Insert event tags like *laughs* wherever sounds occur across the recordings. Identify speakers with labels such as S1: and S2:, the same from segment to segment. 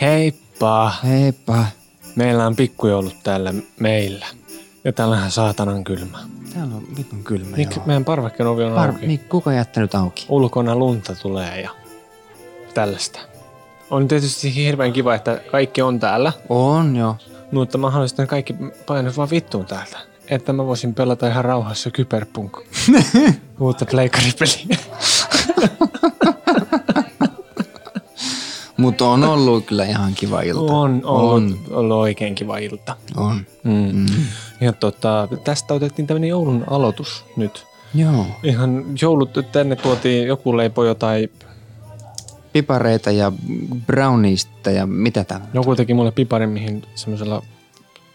S1: Heippa!
S2: Heippa.
S1: Meillä on pikkujoulut täällä meillä. Ja täällä on saatanan kylmä.
S2: Täällä on vitun kylmä.
S1: Mik,
S2: joo.
S1: meidän parvekkeen ovi on
S2: Par- niin.
S1: auki.
S2: mik, kuka on jättänyt auki?
S1: Ulkona lunta tulee ja tällaista. On tietysti hirveän kiva, että kaikki on täällä.
S2: On jo.
S1: Mutta mä haluaisin, että ne kaikki painat vaan vittuun täältä. Että mä voisin pelata ihan rauhassa Cyberpunk. Uutta pleikaripeliä.
S2: Mutta on ollut kyllä ihan kiva ilta.
S1: On, on. ollut oikein kiva ilta.
S2: On.
S1: Mm. Ja tota, tästä otettiin tämmöinen joulun aloitus nyt.
S2: Joo.
S1: Ihan joulut, tänne tuotiin joku leipo jotain,
S2: Pipareita ja browniista ja mitä tää?
S1: joku teki mulle piparin, mihin semmoisella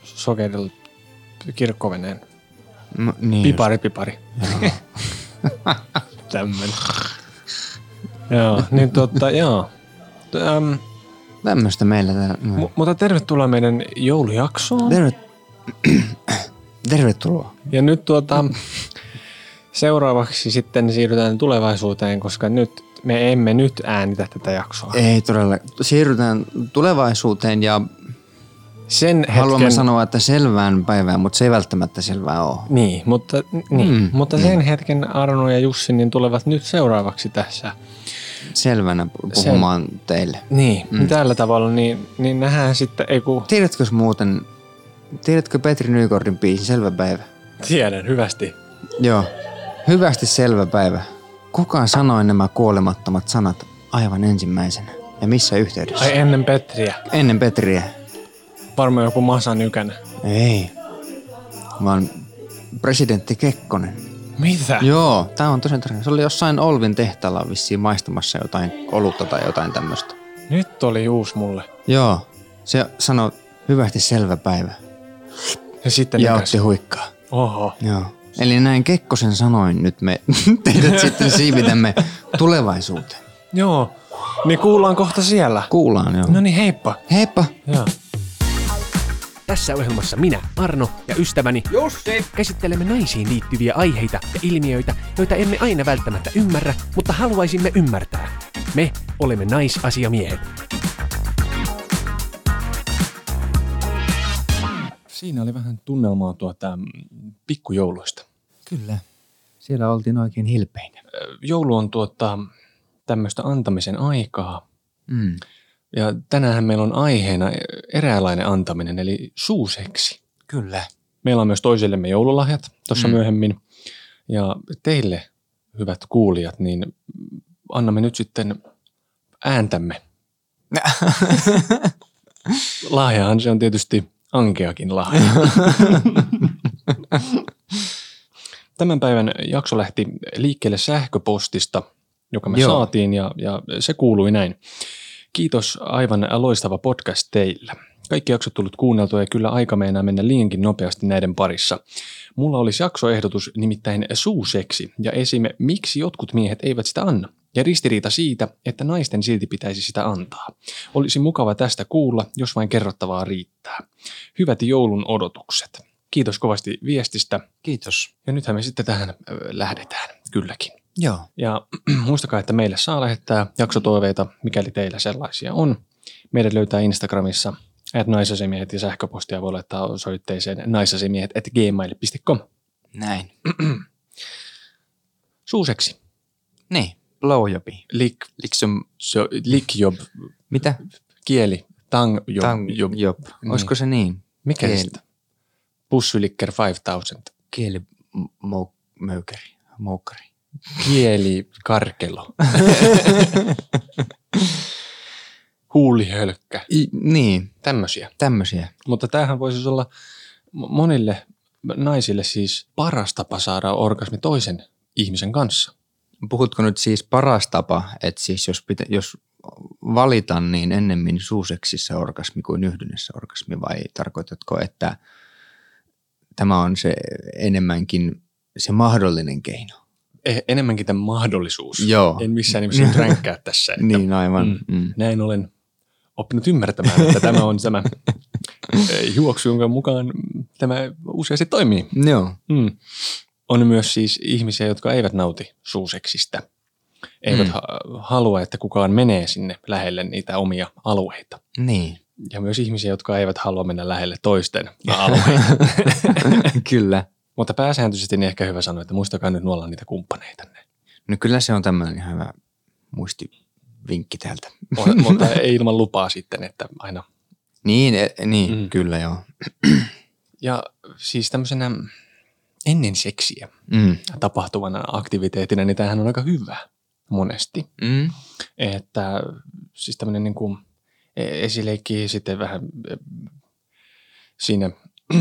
S1: sokerilla kirkkoveneen.
S2: No, niin just.
S1: Pipari, pipari. *laughs* Tämmönen. joo, niin tota, joo. Ähm,
S2: Tämmöstä meillä täällä. No.
S1: mu- mutta tervetuloa meidän joulujaksoon.
S2: Tervet... *clears throat* Tervetuloa.
S1: Ja nyt tuota, seuraavaksi sitten siirrytään tulevaisuuteen, koska nyt me emme nyt äänitä tätä jaksoa.
S2: Ei todella. Siirrytään tulevaisuuteen ja
S1: Sen hetken,
S2: haluamme sanoa, että selvään päivään, mutta se ei välttämättä selvää ole.
S1: Niin, mutta, niin, mm, mutta sen hetken Arno ja Jussi niin tulevat nyt seuraavaksi tässä.
S2: Selvänä pu- puhumaan teille.
S1: Niin, mm. tällä tavalla, niin, niin nähdään sitten, ei kun...
S2: Tiedätkö muuten, tiedätkö Petri Nykordin biisin Selvä päivä?
S1: Tiedän, hyvästi.
S2: Joo. Hyvästi selvä päivä. Kuka sanoi nämä kuolemattomat sanat aivan ensimmäisenä? Ja missä yhteydessä?
S1: Ai ennen Petriä.
S2: Ennen Petriä.
S1: Varmaan joku Masa Nykänen.
S2: Ei. Vaan presidentti Kekkonen.
S1: Mitä?
S2: Joo, tää on tosi tarina. Se oli jossain Olvin tehtaalla vissiin maistamassa jotain olutta tai jotain tämmöistä.
S1: Nyt oli uusi mulle.
S2: Joo, se sanoi hyvästi selvä päivä.
S1: Ja sitten
S2: Ja
S1: nykäs.
S2: otti huikkaa.
S1: Oho.
S2: Joo. Eli näin Kekkosen sanoin nyt me *laughs* teidät sitten siivitämme tulevaisuuteen.
S1: Joo. Niin kuullaan kohta siellä.
S2: Kuullaan joo.
S1: No niin, heippa.
S2: Heippa!
S1: Joo.
S3: Tässä ohjelmassa minä, Arno ja ystäväni Jussi käsittelemme naisiin liittyviä aiheita ja ilmiöitä, joita emme aina välttämättä ymmärrä, mutta haluaisimme ymmärtää. Me olemme naisasiamiehet.
S1: Siinä oli vähän tunnelmaa tuota mm, pikkujouluista.
S2: Kyllä. Siellä oltiin oikein hilpeinä.
S1: Ö, Joulu on tuota tämmöistä antamisen aikaa.
S2: Mm.
S1: Ja tänään meillä on aiheena eräänlainen antaminen, eli suuseksi.
S2: Kyllä.
S1: Meillä on myös toisillemme joululahjat tuossa
S2: Mm.
S1: mm. myöhemmin. Ja teille, hyvät kuulijat, niin mm, annamme nyt sitten ääntämme. Lahjahan se on tietysti ankeakin lahja. Tämän päivän jakso lähti liikkeelle sähköpostista, joka me
S2: Joo.
S1: Joo. saatiin ja, ja se kuului näin. Kiitos aivan loistava podcast teillä. Kaikki jaksot tullut kuunneltua ja kyllä aika meinaa mennä liiankin nopeasti näiden parissa. Mulla olisi jaksoehdotus nimittäin suuseksi ja esim. miksi jotkut miehet eivät sitä anna. Ja ristiriita siitä, että naisten silti pitäisi sitä antaa. Olisi mukava tästä kuulla, jos vain kerrottavaa riittää. Hyvät joulun odotukset. Kiitos kovasti viestistä.
S2: Kiitos.
S1: Ja nythän me sitten tähän ö, lähdetään, kylläkin.
S2: Joo.
S1: Ja *clears throat* muistakaa, että meille saa lähettää jaksotoiveita, mikäli teillä sellaisia on. Meidät löytää Instagramissa, että naisasemiehet ja sähköpostia voi laittaa osoitteeseen naisasemiehet at gmail.com.
S2: Näin.
S1: Suuseksi.
S2: Niin. Blowjobi.
S1: Lik,
S2: Liksom...
S1: so, likjob,
S2: Mitä?
S1: kieli, tangjob,
S2: Tang-
S1: job.
S2: job.
S1: Niin.
S2: Olisiko se niin?
S1: mikä
S2: kieli.
S1: sitä? Pussylikker 5000.
S2: Kieli... m- mou- Möykeri. Moukkari.
S1: Kieli,
S2: *laughs*
S1: karkelo. Huulihölkkä.
S2: I, niin.
S1: Tämmöisiä.
S2: Tämmöisiä.
S1: Mutta tämähän voisi siis olla m- monille naisille siis paras tapa saada orgasmi toisen ihmisen kanssa.
S2: Puhutko nyt siis paras tapa, että siis jos, pitä, jos valitan, niin ennemmin suuseksissä orgasmi kuin yhdynnässä orgasmi vai tarkoitatko, että tämä on se enemmänkin se mahdollinen keino?
S1: Eh, enemmänkin tämän mahdollisuus.
S2: Joo.
S1: En missään nimessä nyt ränkkää tässä. Että
S2: Niin aivan. Mm. Mm.
S1: Näin olen oppinut ymmärtämään, että tämä on tämä eh, juoksu, jonka mukaan mm, tämä useasti toimii. Hmm.
S2: Joo.
S1: Mm. On myös siis ihmisiä, jotka eivät nauti suuseksistä. eivät
S2: Mm.
S1: mm. halua, että kukaan menee sinne lähelle niitä omia alueita.
S2: Niin. *laughs*
S1: Ja myös ihmisiä, jotka eivät halua mennä lähelle toisten alueita.
S2: kyllä.
S1: Mutta pääsääntöisesti niin ehkä hyvä sanoa, että muistakaa nyt nuolla niitä kumppaneita.
S2: No kyllä se on tämmöinen ihan hyvä muistivinkki täältä.
S1: Mutta ei ilman lupaa sitten, että aina
S2: niin, e, niin mm.
S1: Mm.
S2: kyllä joo.
S1: Ja siis tämmöisenä ennen seksiä
S2: Mm.
S1: tapahtuvana aktiviteetina, niin tämähän on aika hyvä monesti.
S2: Mm.
S1: Että siis tämmöinen niin kuin esileikki sitten vähän eh, siinä *clears throat*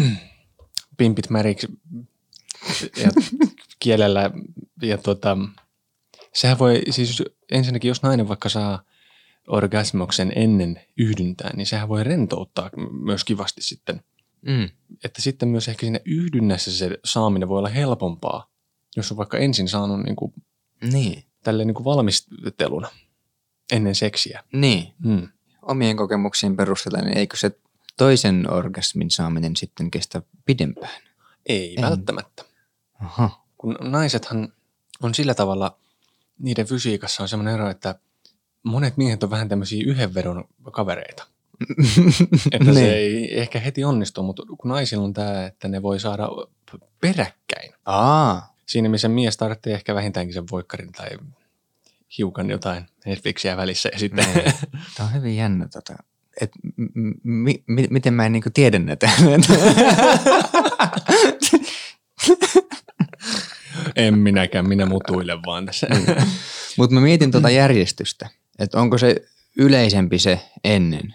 S1: pimpit märiksi ja kielellä. Ja tota, sehän voi siis ensinnäkin, jos nainen vaikka saa orgasmoksen ennen yhdyntää, niin sehän voi rentouttaa myös kivasti sitten
S2: Mm.
S1: että sitten myös ehkä siinä yhdynnässä se saaminen voi olla helpompaa, jos on vaikka ensin saanut niin kuin,
S2: Niin.
S1: tälleen niin kuin valmisteluna ennen seksiä.
S2: Niin.
S1: Hmm.
S2: Omien kokemuksiin perusteella, niin eikö se toisen orgasmin saaminen sitten kestä pidempään?
S1: Ei
S2: En.
S1: en. välttämättä.
S2: Aha.
S1: Kun naisethan on sillä tavalla, niiden fysiikassa on semmoinen ero, että monet miehet on vähän tämmöisiä yhdenvedon kavereita. Että
S2: Niin.
S1: se ei ehkä heti onnistu, mutta kun naisilla on tämä, että ne voi saada peräkkäin.
S2: Aa.
S1: Siinä missä mies tarvitsee ehkä vähintäänkin sen voikkarin tai hiukan jotain Netflixiä välissä ja sitten
S2: *laughs* Niin. Tämä on hyvin jännä tota. Et, m- m- mi- mi- miten mä en niinku tiedä näitä.
S1: *laughs*
S2: *laughs*
S1: En minäkään, minä mutuilen vaan tässä.
S2: Niin. Mutta mä mietin tuota järjestystä, että onko se yleisempi se ennen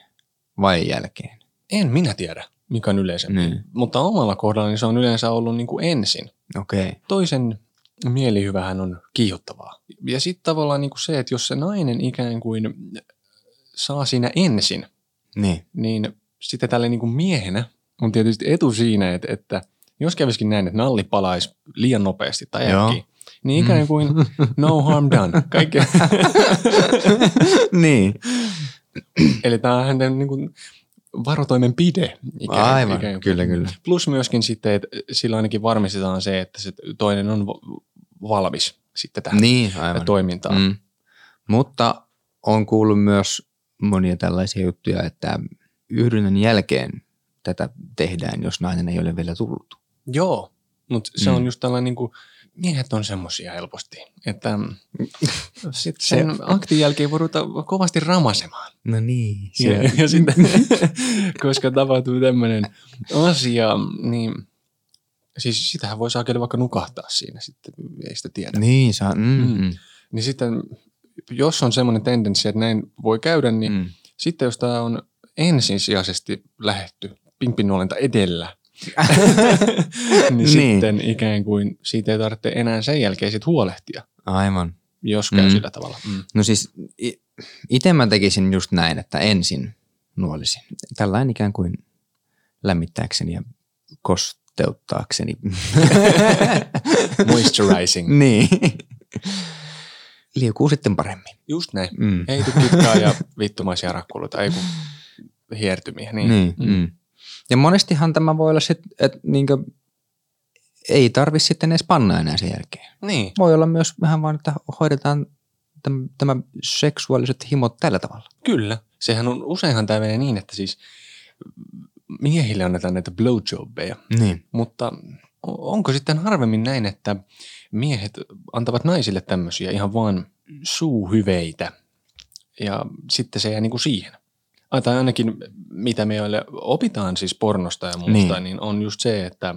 S2: vai jälkeen.
S1: en minä tiedä, mikä on yleisempi.
S2: Niin.
S1: Mutta omalla kohdallani se on yleensä ollut niin kuin ensin.
S2: Okei. Okay.
S1: Toisen mielihyvähän on kiihottavaa. Ja sitten tavallaan niin kuin se, että jos se nainen ikään kuin saa siinä ensin,
S2: Niin.
S1: niin sitten tälle niin kuin miehenä on tietysti etu siinä, että, että jos kävisikin näin, että nalli palaisi liian nopeasti tai
S2: Joo. Mm.
S1: äkkiä, niin ikään kuin no harm done. Kaikki,
S2: *laughs*
S1: *laughs*
S2: niin.
S1: eli tämä on hänen niin kuin varotoimenpide. ikään-
S2: Aivan,
S1: ikään kuin.
S2: kyllä kyllä.
S1: Plus myöskin sitten, että sillä ainakin varmistetaan se, että se toinen on va- valmis sitten tähän
S2: Niin, aivan.
S1: toimintaan. Mm.
S2: Mm. Mutta on kuullut myös monia tällaisia juttuja, että yhdynnän jälkeen tätä tehdään, jos nainen ei ole vielä tullut.
S1: Joo, mutta se
S2: Mm.
S1: on just tällainen, niin kuin, miehet on semmoisia helposti,
S2: *laughs*
S1: että sitten sen aktin jälkeen voi ruveta kovasti ramasemaan.
S2: No niin.
S1: Ja, *laughs* ja sitten, koska tapahtuu tämmöinen asia, niin siis sitähän voi saakeli vaikka nukahtaa siinä sitten, ei sitä tiedä.
S2: Niin, saa. Mm,
S1: Mm.
S2: mm,
S1: Niin sitten, jos on semmoinen tendenssi, että näin voi käydä, niin
S2: mm.
S1: Sitten jos tämä on ensisijaisesti lähetty pimppinuolenta *laughs* edellä, niin,
S2: Niin.
S1: niin sitten ikään kuin siitä ei tarvitse enää sen jälkeen sit huolehtia,
S2: Aivan.
S1: jos käy
S2: Mm.
S1: mm. sillä tavalla. Mm.
S2: No siis i- itse mä tekisin just näin, että ensin nuolisin. Tällainen ikään kuin lämmittääkseni ja
S1: *laughs*
S2: kosteuttaakseni. *laughs*
S1: Moisturizing.
S2: niin. Liukuu sitten paremmin.
S1: Just näin.
S2: Mm.
S1: Ei tule kitkaa ja vittumaisia rakkuluita, ei kun hiertymiä. Niin.
S2: Niin. Mm. Mm. Ja monestihan tämä voi olla sitten, että niinkö, ei tarvi sitten edes panna enää sen jälkeen.
S1: niin.
S2: Voi olla myös vähän vaan, että hoidetaan täm- tämä seksuaaliset himot tällä tavalla.
S1: Kyllä. Sehän on, useinhan tämä menee niin, että siis miehille annetaan näitä blowjobbeja,
S2: Niin.
S1: mutta o- onko sitten harvemmin näin, että miehet antavat naisille tämmöisiä ihan vaan suuhyveitä ja sitten se jää niinku siihen? Ah, Tai ainakin mitä meille opitaan siis pornosta ja muusta,
S2: Niin.
S1: niin, niin on just se, että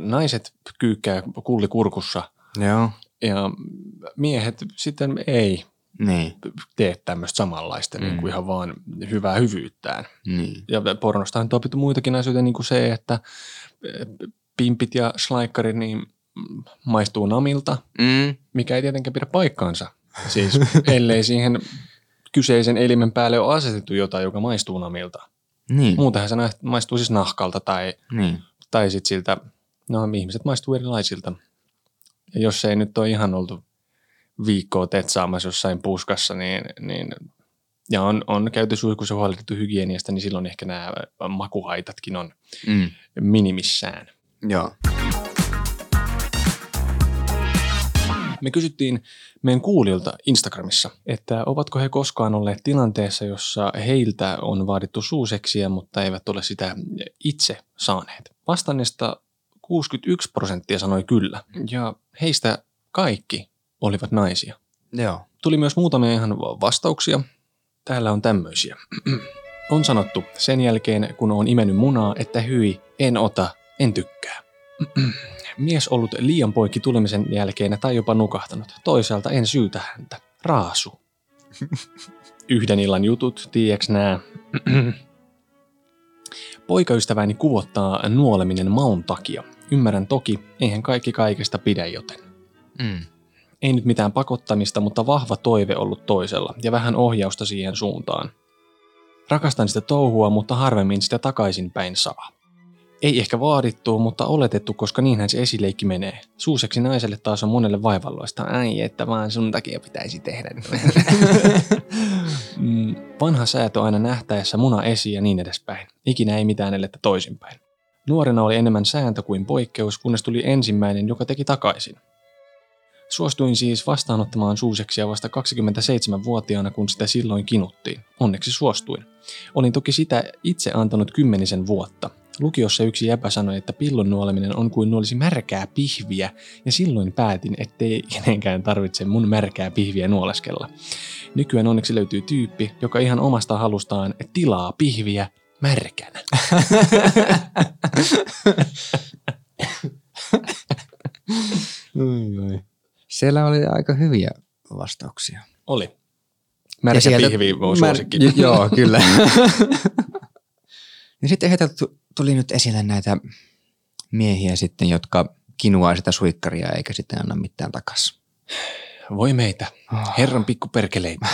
S1: naiset kyykkää kulli kurkussa
S2: Joo.
S1: ja miehet sitten ei
S2: Niin.
S1: tee tämmöistä samanlaista mm. niin
S2: Mm.
S1: kuin ihan vaan hyvää hyvyyttään
S2: Niin.
S1: ja pornosta on opittu muitakin asioita, niin kuin se, että eh, pimpit ja slaikkari niin maistuu namilta,
S2: Mm.
S1: mikä ei tietenkään pidä paikkaansa. Siis ellei siihen kyseisen elimen päälle ole asetettu jotain, joka maistuu namilta.
S2: *laughs* Niin.
S1: Muutenhan se nä- maistuu siis nahkalta tai,
S2: Niin.
S1: tai sitten siltä, no ihmiset maistuu erilaisilta. Ja jos ei nyt ole ihan oltu viikkoa tetsaamassa jossain puskassa, niin, niin ja on, on käyty suihkussa huolehdittu hygieniasta, niin silloin ehkä nämä makuhaitatkin on
S2: Mm.
S1: minimissään.
S2: Joo.
S1: Me kysyttiin meidän kuulijoilta Instagramissa, että ovatko he koskaan olleet tilanteessa, jossa heiltä on vaadittu suuseksiä, mutta eivät ole sitä itse saaneet. Vastanneista 61 prosenttia sanoi kyllä, ja heistä kaikki olivat naisia.
S2: Joo.
S1: Tuli myös muutamia ihan vastauksia. Täällä on tämmöisiä. *clears throat* On sanottu sen jälkeen, kun on imennyt munaa, että hyi, en ota, en tykkää. *clears throat* Mies ollut liian poikki tulemisen jälkeen tai jopa nukahtanut. Toisaalta en syytä häntä. Raasu. Yhden illan jutut, tiiäks nää. *clears throat* Poikaystäväni kuvottaa nuoleminen maun takia. Ymmärrän toki, eihän kaikki kaikesta pidä joten.
S2: Mm.
S1: Ei nyt mitään pakottamista, mutta vahva toive ollut toisella ja vähän ohjausta siihen suuntaan. Rakastan sitä touhua, mutta harvemmin sitä takaisinpäin saa. Ei ehkä vaadittu, mutta oletettu, koska niinhän se esileikki menee. Suuseksi naiselle taas on monelle vaivalloista. Ai, että vaan sun takia pitäisi tehdä. Mm, Vanha säätö aina nähtäessä muna esiin ja niin edespäin. Ikinä ei mitään elettä toisinpäin. Nuorena oli enemmän sääntö kuin poikkeus, kunnes tuli ensimmäinen, joka teki takaisin. Suostuin siis vastaanottamaan suuseksia vasta 27-vuotiaana, kun sitä silloin kinuttiin. Onneksi suostuin. Olin toki sitä itse antanut kymmenisen vuotta. Lukiossa yksi jäpä sanoi, että pillon nuoleminen on kuin nuolisi märkää pihviä, ja silloin päätin, ettei kenenkään tarvitse mun märkää pihviä nuoleskella. Nykyään onneksi löytyy tyyppi, joka ihan omasta halustaan tilaa pihviä märkänä. Oi, oi.
S2: Siellä oli aika hyviä vastauksia.
S1: Oli. Märkä
S2: sieltä-
S1: pihvi on suosikki.
S2: J- joo, kyllä. *laughs* ja sitten heitä tu- tuli nyt esille näitä miehiä sitten, jotka kinuaa sitä suikkaria eikä sitten anna mitään takaisin.
S1: Voi meitä.
S2: Ah.
S1: Herran pikkuperkeleitä.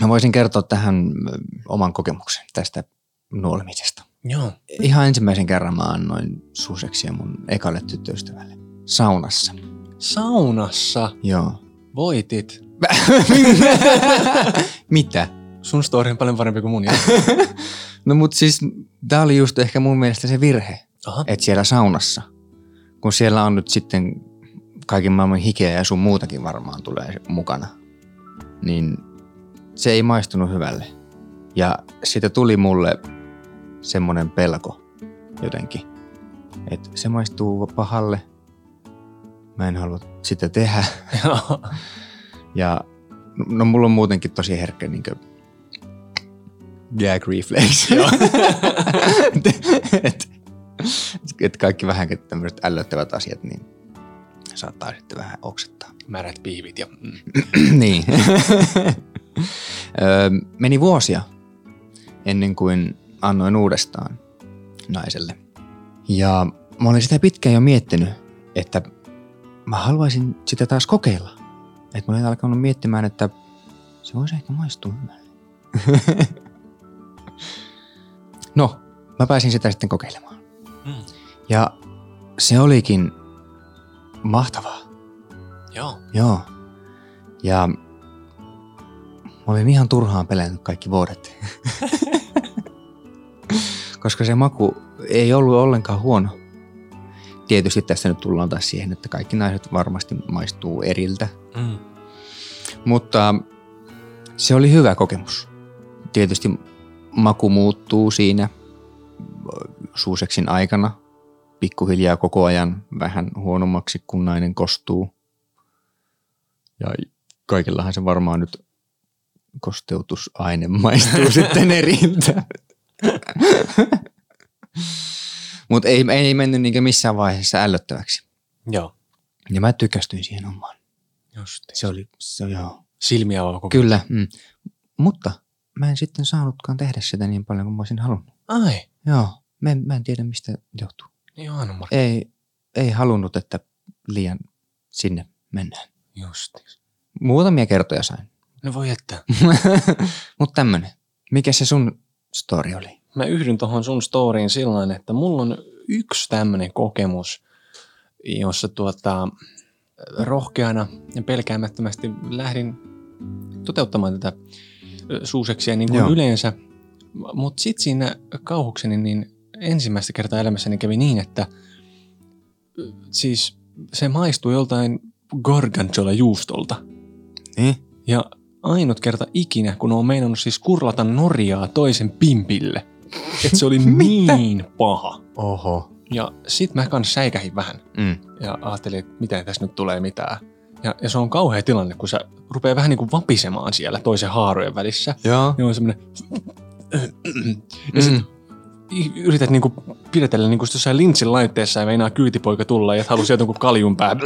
S2: Mä voisin kertoa tähän ö, oman kokemuksen tästä nuolemisesta.
S1: Joo.
S2: Ihan ensimmäisen kerran mä annoin suuseksia mun ekalle tyttöystävälle. Saunassa.
S1: Saunassa
S2: Joo. *laughs*
S1: voitit.
S2: Mitä?
S1: Sun story on paljon parempi kuin mun. joo.
S2: No mut siis tää oli just ehkä mun mielestä se virhe,
S1: *laughs* Aha.
S2: että siellä saunassa, kun siellä on nyt sitten kaiken maailman hikeä ja sun muutakin varmaan tulee mukana, niin se ei maistunut hyvälle. Ja siitä tuli mulle semmonen pelko jotenkin, että se maistuu pahalle, mä en halua sitä tehdä. Ja no mulla on muutenkin tosi herkkä niin gag reflex. *laughs* et, et kaikki vähän tämmöiset ällöttävät asiat, niin saattaa sitten vähän oksettaa.
S1: Märät pihvit ja... Mm.
S2: *clears throat* niin. Öö, Meni vuosia ennen kuin annoin uudestaan naiselle. Ja mä olin sitä pitkään jo miettinyt, että mä haluaisin sitä taas kokeilla. Että mä olin alkanut miettimään, että se voisi ehkä maistua hyvälle. *laughs* no, mä pääsin sitä sitten kokeilemaan.
S1: Mm.
S2: Ja se olikin mahtavaa.
S1: Joo.
S2: Joo. Ja mä olin ihan turhaan pelännyt kaikki vuodet. *laughs* Koska se maku ei ollut ollenkaan huono. Tietysti tässä nyt tullaan taas siihen, että kaikki naiset varmasti maistuu eriltä.
S1: Mm.
S2: Mutta se oli hyvä kokemus. Tietysti maku muuttuu siinä suuseksin aikana pikkuhiljaa koko ajan vähän huonommaksi, kun nainen kostuu. Ja kaikillahan se varmaan nyt kosteutusaine *laughs* maistuu sitten eriltä. Mutta ei, ei mennyt niinkö missään vaiheessa ällöttäväksi.
S1: Joo.
S2: Ja mä tykästyin siihen omaan.
S1: Just.
S2: Se oli, se, joo.
S1: Silmiä avaa koko...
S2: Kyllä, mm. mutta mä en sitten saanutkaan tehdä sitä niin paljon kuin mä olisin halunnut.
S1: Ai.
S2: Joo, mä en, mä en tiedä mistä johtuu.
S1: Niin on, Mark.
S2: Ei, ei halunnut, että liian sinne mennään.
S1: Just.
S2: Muutamia kertoja *laughs* sain.
S1: No voi että.
S2: mutta tämmönen. Mikä se sun story oli?
S1: Mä yhdyn tohon sun storyin sillä että mulla on yksi tämmönen kokemus, jossa tuota, rohkeana ja pelkäämättömästi lähdin toteuttamaan tätä ö, suuseksia niin kuin
S2: Joo.
S1: yleensä. Mutta sitten siinä kauhukseni niin ensimmäistä kertaa elämässäni kävi niin, että ö, siis se maistui joltain gargantuella juustolta.
S2: Niin?
S1: Ja ainut kerta ikinä, kun on meinannut siis kurlata Norjaa toisen pimpille. Että se oli
S2: Mitä?
S1: niin paha.
S2: Oho.
S1: Ja sit mä kans säikähin vähän
S2: Mm.
S1: ja ajattelin, että miten tässä nyt tulee mitään. Ja, ja se on kauhea tilanne, kun se rupeaa vähän niin kuin vapisemaan siellä toisen haarojen välissä.
S2: Joo.
S1: Niin on semmoinen... Ja
S2: Mm.
S1: sit i- yrität niinku pidetellä niinku sit jossain lintsin laitteessa ja meinaa kyytipoika tulla ja et halua sieltä jonkun kaljun päähän.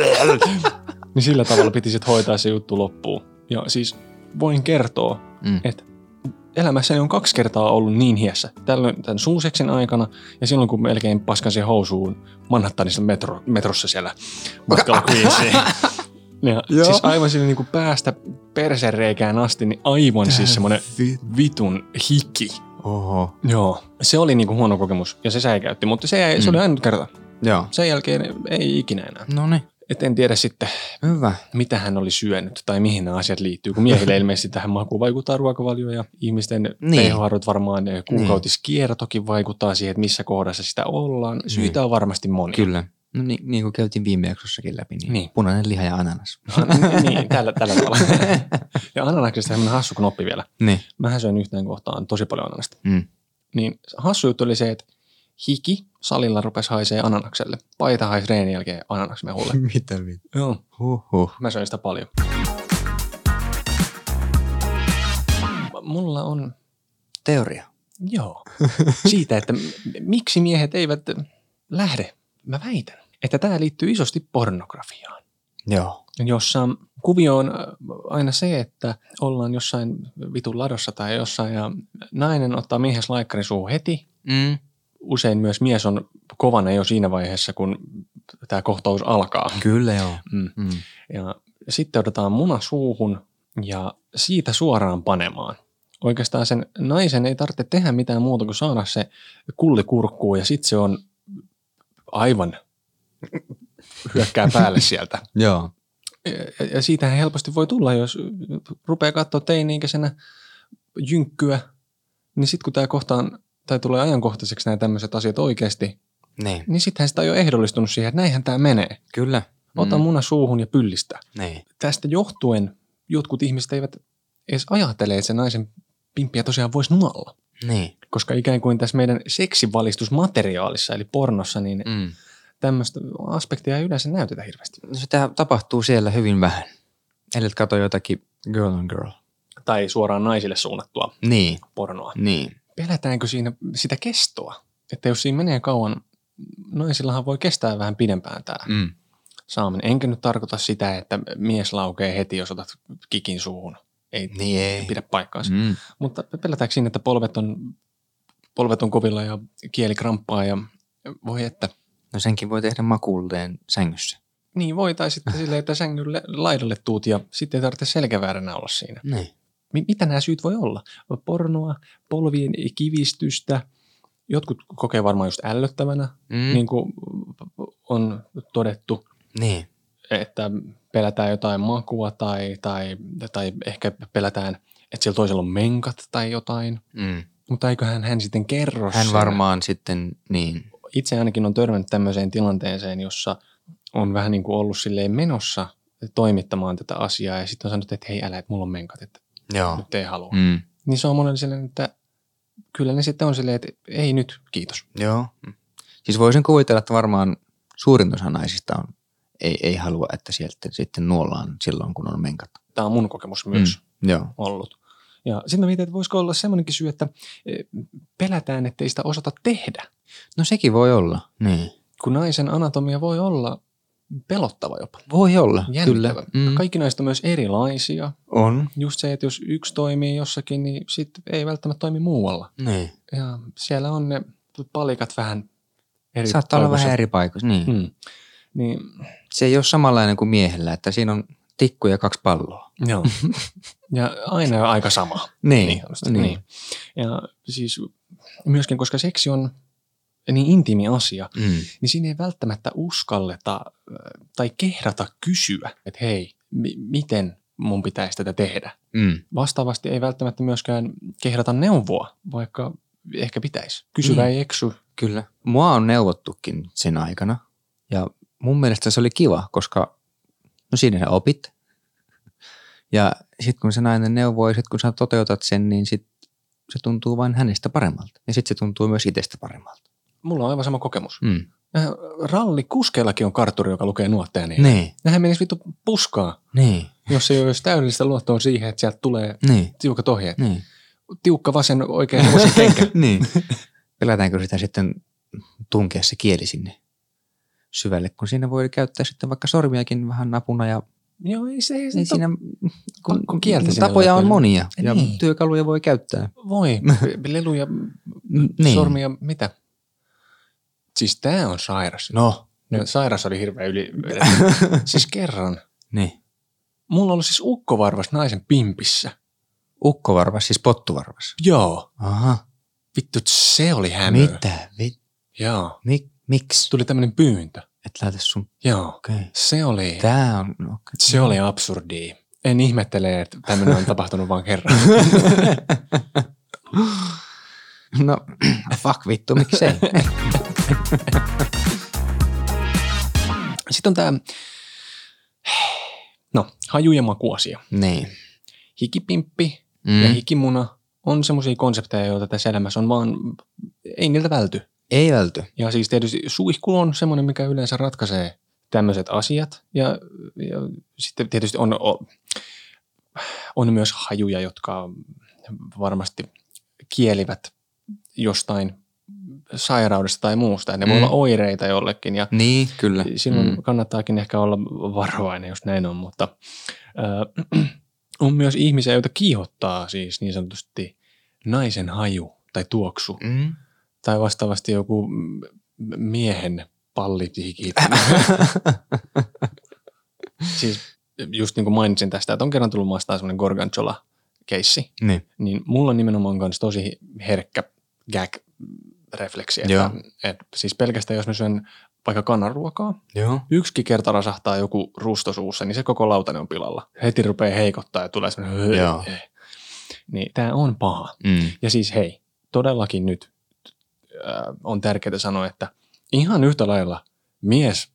S1: niin sillä tavalla piti sit hoitaa se juttu loppuun. Ja siis voin kertoa,
S2: Mm.
S1: että elämässäni on kaksi kertaa ollut niin hiessä. Tällöin tämän suuseksin aikana ja silloin kun melkein paskansin housuun Manhattanissa metro, metrossa siellä matkalla
S2: *laughs*
S1: Queensiin. Ja
S2: Joo.
S1: siis aivan sinne niinku päästä persereikään asti, niin aivan siis semmonen
S2: Vi-
S1: vitun hiki.
S2: Oho.
S1: Joo. Se oli niinku huono kokemus ja se säikäytti, mutta se, jäi, se oli
S2: Mm.
S1: ainut kerta.
S2: Joo.
S1: Sen jälkeen ei ikinä enää.
S2: No niin.
S1: Et en tiedä sitten,
S2: Hyvä.
S1: mitä hän oli syönyt tai mihin nämä asiat liittyy, kun *laughs* miehille ilmeisesti tähän makuun vaikuttaa ruokavalio ja ihmisten
S2: Niin.
S1: niin. pH-arvot varmaan eh, kuukautiskiertokin vaikuttaa siihen, että missä kohdassa sitä ollaan. Syitä on varmasti monia.
S2: Kyllä. No niin, niin kuin käytiin viime jaksossakin läpi, niin,
S1: Niin.
S2: punainen liha ja ananas.
S1: *laughs* niin, tällä, tällä tavalla. ja ananaksesta semmoinen hassu knoppi vielä.
S2: niin.
S1: Mähän söin yhteen kohtaan tosi paljon ananasta.
S2: Mm.
S1: Niin hassu juttu oli se, että hiki salilla rupesi haisee ananakselle. Paita haisi reenin jälkeen ananaksmehulle.
S2: *laughs* Mitä vittu?
S1: *laughs* Joo,
S2: Huhhuh.
S1: mä söin sitä paljon. Mulla on
S2: Teoria.
S1: Joo. *laughs* Siitä, että m- miksi miehet eivät lähde. Mä väitän, että tämä liittyy isosti pornografiaan,
S2: Joo.
S1: jossa kuvio on äh, aina se, että ollaan jossain vitun ladossa tai jossain ja nainen ottaa miehes laikkarin suuhun heti.
S2: Mm.
S1: Usein myös mies on kovana jo siinä vaiheessa, kun tämä kohtaus alkaa.
S2: Kyllä joo.
S1: Mm.
S2: Mm.
S1: Ja sitten otetaan muna suuhun ja siitä suoraan panemaan. Oikeastaan sen naisen ei tarvitse tehdä mitään muuta kuin saada se kulli kurkkuun ja sitten se on aivan hyökkää päälle sieltä.
S2: Joo.
S1: *laughs* Ja- Ja siitähän helposti voi tulla, jos rupeaa katsoa teini-ikäisenä jynkkyä, niin sitten kun tämä kohtaan tai tulee ajankohtaiseksi nämä tämmöiset asiat oikeasti,
S2: Niin.
S1: niin sittenhän sitä on jo ehdollistunut siihen, että näinhän tämä menee.
S2: Kyllä.
S1: Ota
S2: Mm.
S1: mm. muna suuhun ja pyllistä
S2: Niin.
S1: tästä johtuen jotkut ihmiset eivät edes ajattele, että se naisen pimppiä tosiaan voisi nuolla.
S2: Niin.
S1: Koska ikään kuin tässä meidän seksivalistusmateriaalissa, eli pornossa, niin mm.
S2: Mm.
S1: tämmöistä aspektia ei yleensä näytetä hirveästi.
S2: No Sitä tapahtuu siellä hyvin vähän. Eli kato jotakin girl on girl.
S1: Tai suoraan naisille suunnattua
S2: Niin.
S1: pornoa.
S2: Niin.
S1: Pelätäänkö siinä sitä kestoa? Että jos siinä menee kauan, naisillahan voi kestää vähän pidempään tämä
S2: Mm.
S1: saaminen. Enkä nyt tarkoita sitä, että mies laukee heti, jos otat kikin suuhun. Ei
S2: Niin ei.
S1: pidä paikkaansa.
S2: Mm.
S1: Mutta pelätäänkö siinä, että polvet on, polvet on kovilla ja kieli kramppaa ja voi että.
S2: No senkin voi tehdä makuulleen sängyssä.
S1: Niin voi, tai sitten silleen, että sängyn le- laidalle tuut ja sitten ei tarvitse selkävääränä olla siinä.
S2: Niin.
S1: M- mitä nämä syyt voi olla? Pornoa, polvien kivistystä, jotkut kokee varmaan just ällöttävänä, mm. niin kuin on todettu,
S2: niin.
S1: että pelätään jotain makua tai, tai, tai ehkä pelätään, että sillä toisella on menkat tai jotain.
S2: Mm.
S1: Mutta eiköhän hän sitten kerro
S2: Hän
S1: sen.
S2: varmaan sitten, niin.
S1: itse ainakin on törmännyt tämmöiseen tilanteeseen, jossa on vähän niin kuin ollut silleen menossa toimittamaan tätä asiaa ja sitten on sanonut, että hei älä, että mulla on menkat, että
S2: Joo.
S1: nyt ei halua. Mm.
S2: Mm.
S1: Niin se on monelle silleen, että kyllä ne sitten on silleen, että ei nyt, kiitos.
S2: Joo. Mm. Siis voisin kuvitella, että varmaan suurin osa naisista on, ei, ei halua, että sieltä sitten nuollaan silloin, kun on menkat.
S1: Tämä on mun kokemus myös mm.
S2: Mm. Joo.
S1: ollut. Ja sitten mä mietin, että voisiko olla semmoinenkin syy, että eh, pelätään, ettei sitä osata tehdä.
S2: No sekin voi olla. Niin.
S1: Kun naisen anatomia voi olla pelottava jopa.
S2: Voi olla,
S1: Jännittävä.
S2: kyllä. Mm.
S1: Kaikki naiset on myös erilaisia.
S2: on.
S1: Just se, että jos yksi toimii jossakin, niin sitten ei välttämättä toimi muualla.
S2: Niin.
S1: Ja siellä on ne palikat vähän eri
S2: Saattaa olla
S1: paikoissa.
S2: vähän eri paikoissa. Niin. Mm.
S1: Mm. Niin,
S2: Se ei ole samanlainen kuin miehellä, että siinä on tikku ja kaksi palloa.
S1: joo. *laughs* ja aina on aika sama. Niin, tämmöstä.
S2: niin.
S1: niin. Ja siis myöskin, koska seksi on niin intiimi asia,
S2: Mm.
S1: niin siinä ei välttämättä uskalleta äh, tai kehdata kysyä, että hei, mi- miten mun pitäisi tätä tehdä.
S2: Mm.
S1: Vastaavasti ei välttämättä myöskään kehdata neuvoa, vaikka ehkä pitäisi. Kysyvä
S2: Mm.
S1: ei eksy.
S2: Kyllä. Mua on neuvottukin sen aikana ja mun mielestä se oli kiva, koska No siinä sä opit. Ja sitten kun se nainen neuvoo ja sitten kun sä toteutat sen, niin sit se tuntuu vain hänestä paremmalta. Ja sitten se tuntuu myös itsestä paremmalta.
S1: Mulla on aivan sama kokemus.
S2: Mm.
S1: Äh, Rallikuskeillakin on kartturi, joka lukee nuotteja niin.
S2: Niin,
S1: Nehän menisi vittu puskaa,
S2: niin,
S1: jos ei ole edes täydellistä luottoa siihen, että sieltä tulee
S2: niin,
S1: tiukat ohjeet.
S2: niin.
S1: Tiukka vasen
S2: *laughs*
S1: oikein vasen kenkä.
S2: niin. Pelätäänkö sitä sitten tunkea se kieli sinne syvälle, kun siinä voi käyttää sitten vaikka sormiakin vähän napuna ja
S1: Joo, ei se, ei se
S2: niin siinä, kun,
S1: pakko kieltä sinne
S2: tapoja on
S1: laittaa.
S2: monia ja
S1: Niin.
S2: niin. työkaluja voi käyttää. *laughs*
S1: voi. Leluja, niin.
S2: Niin.
S1: sormia, mitä? Siis tää on sairas.
S2: No.
S1: No, sairas oli hirveä
S2: *laughs*
S1: yli. siis kerran.
S2: Niin.
S1: Mulla oli siis ukkovarvas naisen pimpissä.
S2: Ukkovarvas, siis pottuvarvas.
S1: Joo.
S2: Aha.
S1: Vittu, se oli hämö.
S2: Mitä? Vi,
S1: Joo.
S2: mik, miksi?
S1: Tuli tämmöinen pyyntö.
S2: Et laita sun...
S1: Joo.
S2: Okei. Okay.
S1: Se oli,
S2: Tää on... no, Okay.
S1: se oli absurdi. En ihmettele, että tämmöinen on tapahtunut vain kerran.
S2: No, *clears throat* fuck vittu, *laughs* miksei?
S1: *laughs* Sitten on tämä, no, haju- ja makuasia.
S2: niin.
S1: Hikipimppi ja
S2: Mm.
S1: hikimuna on semmoisia konsepteja, joita tässä elämässä on vaan, ei niiltä välty.
S2: Ei välty.
S1: Ja siis tietysti suihku on semmoinen, mikä yleensä ratkaisee tämmöiset asiat. Ja, ja sitten tietysti on, o- on myös hajuja, jotka varmasti kielivät jostain sairaudesta tai muusta. Ja Ne voi
S2: Mm.
S1: olla oireita jollekin ja
S2: Niin, kyllä.
S1: silloin
S2: Mm.
S1: kannattaakin ehkä olla varovainen, jos näin on. Mutta äh, on myös ihmisiä, joita kiihottaa siis niin sanotusti naisen haju tai tuoksu
S2: *laughs* Mm.
S1: tai vastaavasti joku mm, miehen pallitiikit.
S2: *laughs*
S1: siis just niin kuin mainitsin tästä, että on kerran tullut vastaan semmoinen Gorgonzola-keissi,
S2: Niin.
S1: niin mulla on nimenomaan kanssa tosi herkkä gag-refleksi. Että,
S2: Joo.
S1: että siis pelkästään jos mä syön vaikka kananruokaa,
S2: Joo.
S1: yksikin kerta rasahtaa joku rusto suussa, niin se koko lautane on pilalla. Heti rupeaa heikottaa ja tulee semmoinen... eh.
S2: Joo.
S1: Niin tämä on paha.
S2: Mm.
S1: Ja siis hei, todellakin nyt äh, on tärkeää sanoa, että ihan yhtä lailla mies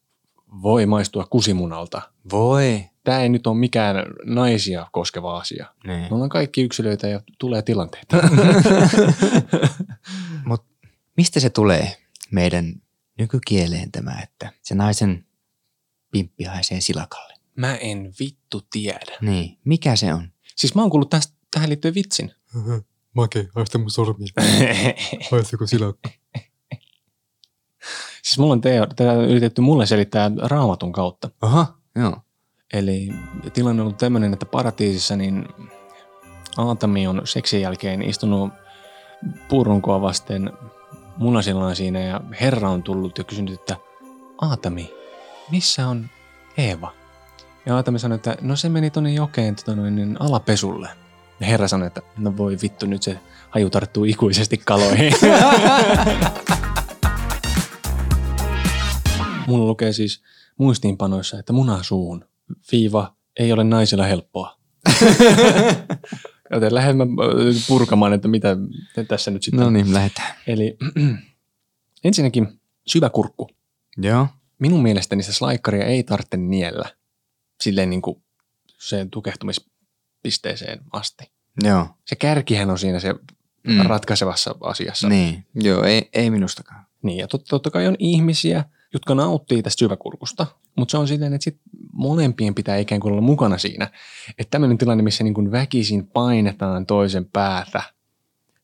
S1: voi maistua kusimunalta.
S2: Voi.
S1: Tämä ei nyt ole mikään naisia koskeva asia.
S2: Niin.
S1: Me ollaan kaikki yksilöitä ja tulee tilanteita.
S2: Mistä se tulee meidän nykykieleen tämä, että se naisen pimppi haisee silakalle?
S1: Mä en vittu tiedä.
S2: Niin. Mikä se on?
S1: Siis mä oon kuullut tästä, tähän liittyen vitsin.
S4: Äh, Make, haista mun
S1: *laughs*
S4: sormia. Haistaako silakka?
S1: siis mulla on teo, tätä on yritetty mulle selittää raamatun kautta.
S2: Aha. Joo.
S1: Eli tilanne on ollut tämmöinen, että paratiisissa niin Aatami on seksin jälkeen istunut puurunkoa vasten munasillaan siinä ja Herra on tullut ja kysynyt, että Aatami, missä on Eeva? Ja Aatami sanoi, että no se meni tuonne jokeen tota noin, niin alapesulle. Ja Herra sanoi, että no voi vittu, nyt se haju tarttuu ikuisesti
S2: *laughs*
S1: kaloihin. Mulla lukee siis muistiinpanoissa, että munasuun viiva ei ole naisilla
S2: *laughs*
S1: helppoa. Joten lähdemme purkamaan, että mitä tässä nyt sitten.
S2: No niin, lähdetään.
S1: Eli *clears throat* ensinnäkin syvä kurkku.
S2: Joo.
S1: Minun mielestäni sitä slaikkaria ei tarvitse niellä silleen niin kuin sen tukehtumispisteeseen asti.
S2: Joo.
S1: Se kärkihän on siinä se mm. ratkaisevassa asiassa.
S2: Niin. Joo, ei, ei minustakaan.
S1: Niin, ja tot, totta kai on ihmisiä, jotka nauttii tästä syväkurkusta, mutta se on silleen, että sit molempien pitää ikään kuin olla mukana siinä. Että tämmöinen tilanne, missä niin kuin väkisin painetaan toisen päätä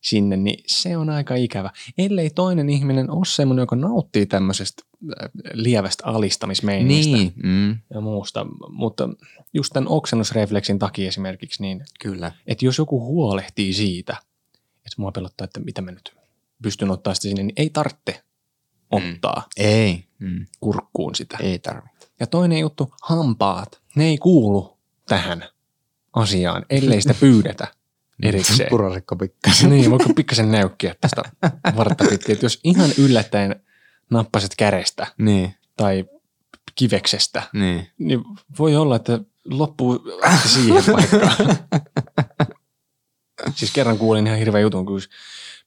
S1: sinne, niin se on aika ikävä. Ellei toinen ihminen ole semmoinen, joka nauttii tämmöisestä äh, lievästä alistamismeinistä niin.
S2: Niin. Mm.
S1: ja muusta. Mutta just tämän oksennusrefleksin takia esimerkiksi, niin
S2: Kyllä.
S1: että jos joku huolehtii siitä, että mua pelottaa, että mitä mä nyt pystyn ottaa sitä sinne, niin ei tarvitse
S2: Mm.
S1: ottaa
S2: Ei. Mm.
S1: kurkkuun sitä.
S2: Ei tarvi.
S1: Ja toinen juttu, hampaat. Ne ei kuulu tähän asiaan, ellei sitä
S2: *laughs* Niin,
S1: pyydetä erikseen.
S2: Purasekko pikkasen.
S1: niin, voiko pikkasen näykkiä tästä vartta pitkin. Että jos ihan yllättäen nappaset kädestä
S2: Niin.
S1: tai kiveksestä,
S2: Niin.
S1: niin voi olla, että loppuu siihen paikkaan. *laughs* siis kerran kuulin ihan hirveän jutun, kun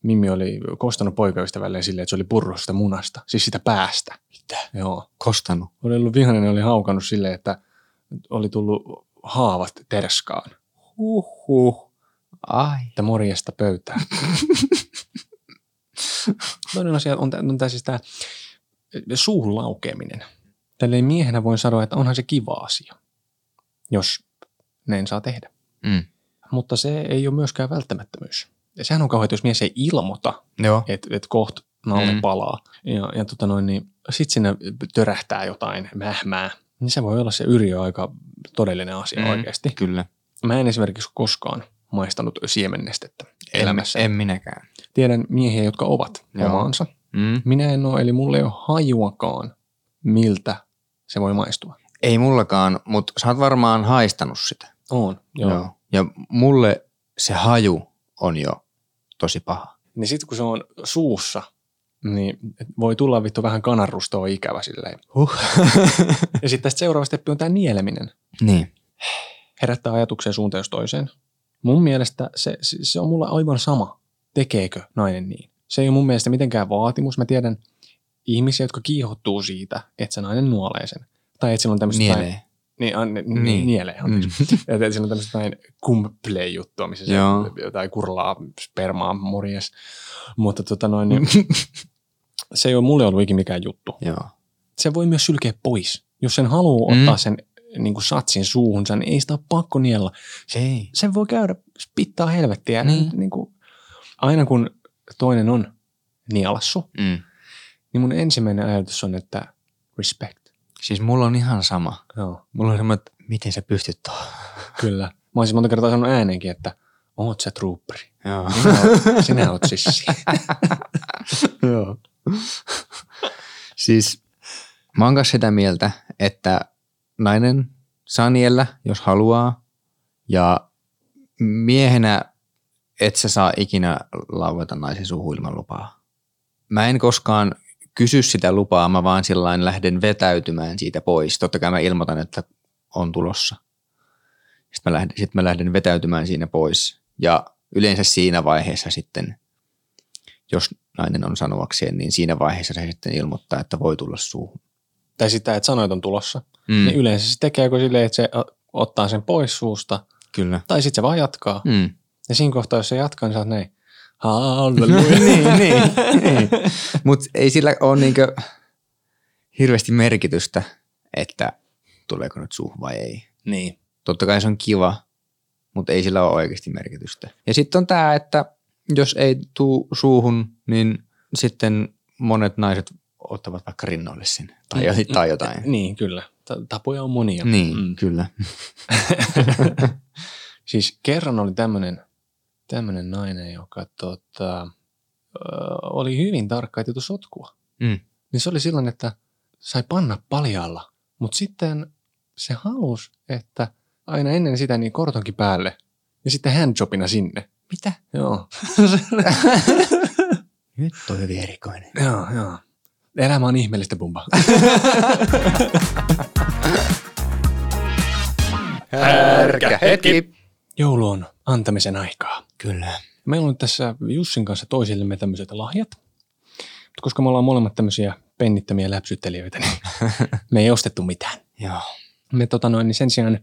S1: Mimmi oli kostanut poikaystävälleen silleen, että se oli purrosta sitä munasta, siis sitä päästä. Mitä? Joo.
S2: Kostanut.
S1: Oli ollut vihainen ja oli haukannut silleen, että oli tullut haavat terskaan.
S2: Huhhuh. Ai.
S1: Että morjesta
S2: *laughs*
S1: pöytään. Toinen asia on, tä- on tämä siis tämä suuhun laukeaminen. Tälleen miehenä voin sanoa, että onhan se kiva asia, jos näin saa tehdä.
S2: Mm.
S1: Mutta se ei ole myöskään välttämättömyys. Ja sehän on kauheaa, että jos mies ei ilmoita,
S2: Joo.
S1: että et kohta nalle
S2: Mm.
S1: mm. palaa ja, ja tota noin, niin sit sinne törähtää jotain mähmää, niin se voi olla se yriö aika todellinen asia
S2: Mm.
S1: mm. oikeasti.
S2: Kyllä.
S1: Mä en esimerkiksi koskaan maistanut siemennestettä elämässä.
S2: En, en minäkään.
S1: Tiedän miehiä, jotka ovat
S2: Joo.
S1: Joo. omaansa.
S2: Mm.
S1: Minä en ole, eli mulla ei ole hajuakaan, miltä se voi maistua.
S2: Ei mullakaan, mutta sä oot varmaan haistanut sitä.
S1: On, joo. Joo.
S2: Ja mulle se haju on jo tosi paha.
S1: Niin sitten kun se on suussa, niin voi tulla vittu vähän kananrustoa ikävä silleen.
S2: Huh.
S1: *laughs* Ja sitten tästä seuraava steppi on tämä nieleminen.
S2: niin.
S1: Herättää ajatuksia suuntaan jos toiseen. Mun mielestä se, se se on mulle aivan sama, tekeekö nainen niin. Se ei ole mun mielestä mitenkään vaatimus. Mä tiedän ihmisiä, jotka kiihottuu siitä, että se nainen nuolee sen. Tai että sillä on tämmöistä jotain-
S2: Nielee.
S1: Niin, an,
S2: Niin.
S1: niin. nielee, anteeksi.
S2: Mm.
S1: Ja te- siinä on tämmöistä jotain kumplejuttua, missä se
S2: Joo.
S1: jotain kurlaa spermaa morjes. Mutta tota noin, niin, se ei ole mulle ollut ikinä mikään juttu.
S2: *laughs* Joo.
S1: Se voi myös sylkeä pois. Jos sen haluaa
S2: Mm.
S1: mm. ottaa sen niin kuin satsin suuhunsa, niin ei sitä ole pakko niellä.
S2: Ei.
S1: Sen voi käydä spittaa helvettiä.
S2: Niin.
S1: Niin. Niin kuin, aina kun toinen on nielassu,
S2: Mm.
S1: niin mun ensimmäinen ajatus on, että respect.
S2: Siis mulla on ihan sama.
S1: Joo,
S2: Mulla on semmoinen, että miten sä pystyt tuohon.
S1: kyllä. Mä olisin monta kertaa sanonut ääneenkin, että oot sä trooperi.
S2: Joo.
S1: Sinä oot, sinä oot siis- sissi. Joo.
S2: *laughs* Siis mä oon kanssa sitä mieltä, että nainen saa niellä, jos haluaa. Ja miehenä et sä saa ikinä laueta naisen suuhun ilman lupaa. Mä en koskaan kysy sitä lupaa, mä vaan sillain lähden vetäytymään siitä pois. Totta kai mä ilmoitan, että on tulossa. Sitten mä lähden, sit mä lähden vetäytymään siinä pois. Ja yleensä siinä vaiheessa sitten jos nainen on sanoakseen, niin siinä vaiheessa se sitten ilmoittaa, että voi tulla suuhun.
S1: Tai sitä, että sanoit on tulossa. Mm.
S2: Mm,
S1: Niin yleensä se tekee joko silleen, että se o- ottaa sen pois suusta,
S2: kyllä.
S1: tai sitten se vaan jatkaa. Mm.
S2: Mm.
S1: Ja siinä kohtaa, jos se jatkaa, niin sä oot näin. *laughs*
S2: *laughs* niin,
S1: Halleluja.
S2: niin, niin. Mutta ei sillä ole niinkö hirveästi merkitystä, että tuleeko nyt suuhun vai ei.
S1: niin.
S2: Totta kai se on kiva, mutta ei sillä ole oikeasti merkitystä. Ja sitten on tämä, että jos ei tuu suuhun, niin sitten monet naiset ottavat vaikka rinnoille sen tai,
S1: Mm,
S2: tai jotain.
S1: Niin, kyllä. Ta- Tapoja on monia.
S2: Niin,
S1: Mm.
S2: kyllä.
S1: Siis kerran oli tämmönen, tämmönen nainen, joka tota, ö, oli hyvin tarkka, että joutui sotkua.
S2: Mm.
S1: Niin se oli silloin, että sai panna paljalla. Mutta sitten se halusi, että aina ennen sitä niin kortonkin päälle. Ja sitten handjobina sinne.
S2: Mitä?
S1: Joo, *laughs*
S2: Nyt on hyvin erikoinen.
S1: joo, joo. Elämä on ihmeellistä, bumba.
S2: Härkä hetki.
S1: Joulu on antamisen aikaa.
S2: Kyllä.
S1: Meillä on nyt tässä Jussin kanssa toisillemme tämmöiset lahjat. Mutta koska me ollaan molemmat tämmöisiä pennittömiä läpsyttelijöitä, niin me ei ostettu mitään.
S2: Joo.
S1: Me tota noin, niin sen sijaan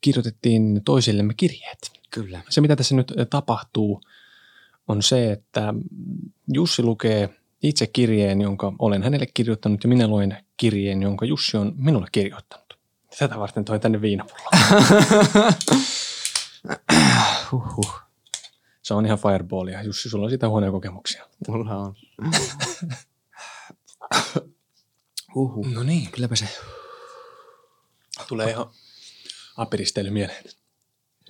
S1: kirjoitettiin toisillemme kirjeet.
S2: Kyllä.
S1: Se, mitä tässä nyt eh, tapahtuu, on se, että Jussi lukee itse kirjeen, jonka olen hänelle kirjoittanut, ja minä luen kirjeen, jonka Jussi on minulle kirjoittanut. Tätä varten toin tänne viinapullon.
S2: Huhhuh.
S1: Se on ihan fireballia. Jussi, sulla on sitä huonoja kokemuksia.
S2: Mulla on. Huhhuh.
S1: No niin.
S2: Kylläpä se.
S1: Tulee ihan apiristeily mieleen.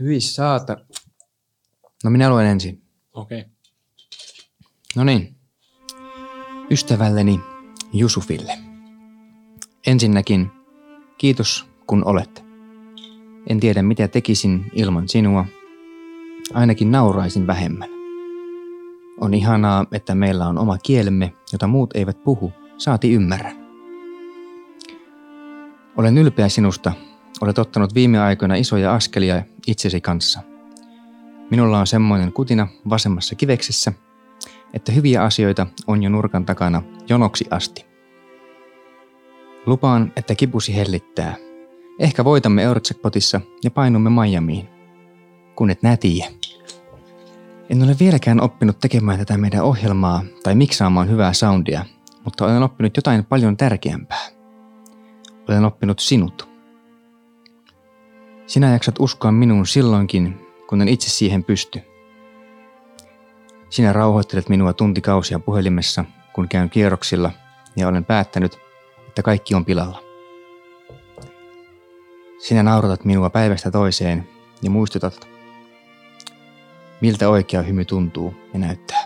S2: Hyi saata. No minä luen ensin.
S1: Okei. Okay.
S2: No niin. Ystävälleni Jusufille. Ensinnäkin, kiitos kun olet. En tiedä mitä tekisin ilman sinua. Ainakin nauraisin vähemmän. On ihanaa, että meillä on oma kielemme, jota muut eivät puhu, saati ymmärrä. Olen ylpeä sinusta. Olet ottanut viime aikoina isoja askelia itsesi kanssa. Minulla on semmoinen kutina vasemmassa kiveksessä, että hyviä asioita on jo nurkan takana jonoksi asti. Lupaan, että kipusi hellittää Ehkä voitamme Eurojackpotissa ja painumme Miamiin. Kun et nää tiedä. En ole vieläkään oppinut tekemään tätä meidän ohjelmaa tai miksaamaan hyvää soundia, mutta olen oppinut jotain paljon tärkeämpää. Olen oppinut sinut. Sinä jaksat uskoa minuun silloinkin, kun en itse siihen pysty. Sinä rauhoittelet minua tuntikausia puhelimessa, kun käyn kierroksilla ja olen päättänyt, että kaikki on pilalla. Sinä nauratat minua päivästä toiseen ja muistutat, miltä oikea hymy tuntuu ja näyttää.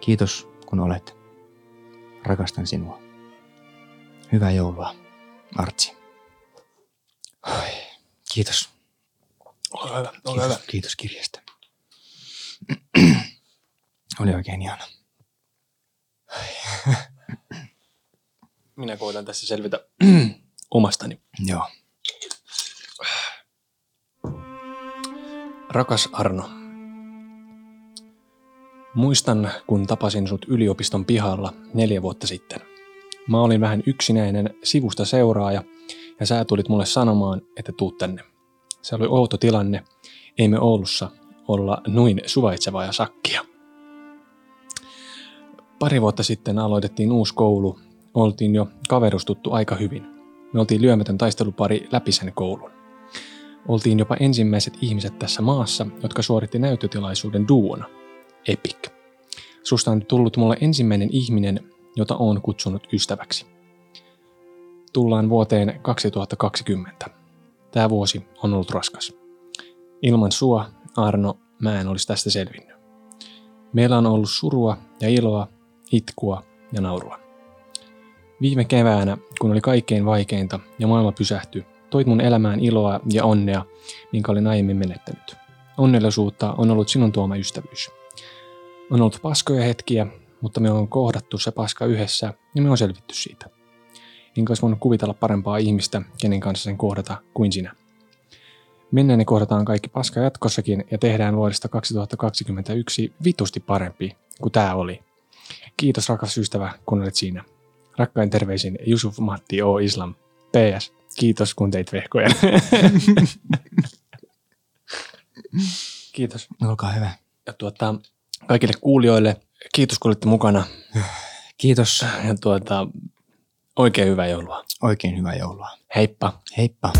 S2: Kiitos, kun olet. Rakastan sinua. Hyvää joulua, Artsi. Oi, Kiitos.
S1: Ole hyvä, ole hyvä.
S2: Kiitos, kiitos kirjasta. Oli oikein ihana.
S1: Minä koitan tässä selvitä *clears throat* omastani.
S2: Joo.
S1: Rakas Arno, muistan kun tapasin sut yliopiston pihalla neljä vuotta sitten. Mä olin vähän yksinäinen sivusta seuraaja ja sä tulit mulle sanomaan, että tuut tänne. Se oli outo tilanne, ei me Oulussa olla noin suvaitsevaa ja sakkia. Pari vuotta sitten aloitettiin uusi koulu, oltiin jo kaverustuttu aika hyvin. Me oltiin lyömätön taistelupari läpi sen koulun. Oltiin jopa ensimmäiset ihmiset tässä maassa, jotka suoritti näyttötilaisuuden duona. Epic. Susta on tullut mulle ensimmäinen ihminen, jota oon kutsunut ystäväksi. Tullaan vuoteen 2020. Tämä vuosi on ollut raskas. Ilman sua, Arno, mä en olisi tästä selvinnyt. Meillä on ollut surua ja iloa, itkua ja naurua. Viime keväänä, kun oli kaikkein vaikeinta ja maailma pysähtyi, toit mun elämään iloa ja onnea, minkä olin aiemmin menettänyt. Onnellisuutta on ollut sinun tuoma ystävyys. On ollut paskoja hetkiä, mutta me on kohdattu se paska yhdessä ja me on selvitty siitä. Enkä olisi voinut kuvitella parempaa ihmistä, kenen kanssa sen kohdata kuin sinä. Mennään ja kohdataan kaikki paska jatkossakin ja tehdään vuodesta 2021 vitusti parempi kuin tämä oli. Kiitos rakas ystävä, kun olet siinä. Rakkain terveisin Yusuf Matti O. Islam. PS. Kiitos, kun teit vehkoja. *laughs* Kiitos.
S2: Olkaa hyvä.
S1: Ja tuota, kaikille kuulijoille, kiitos kun olitte mukana.
S2: Kiitos.
S1: Ja tuota, oikein hyvää joulua.
S2: Oikein hyvää joulua.
S1: Heippa.
S2: Heippa.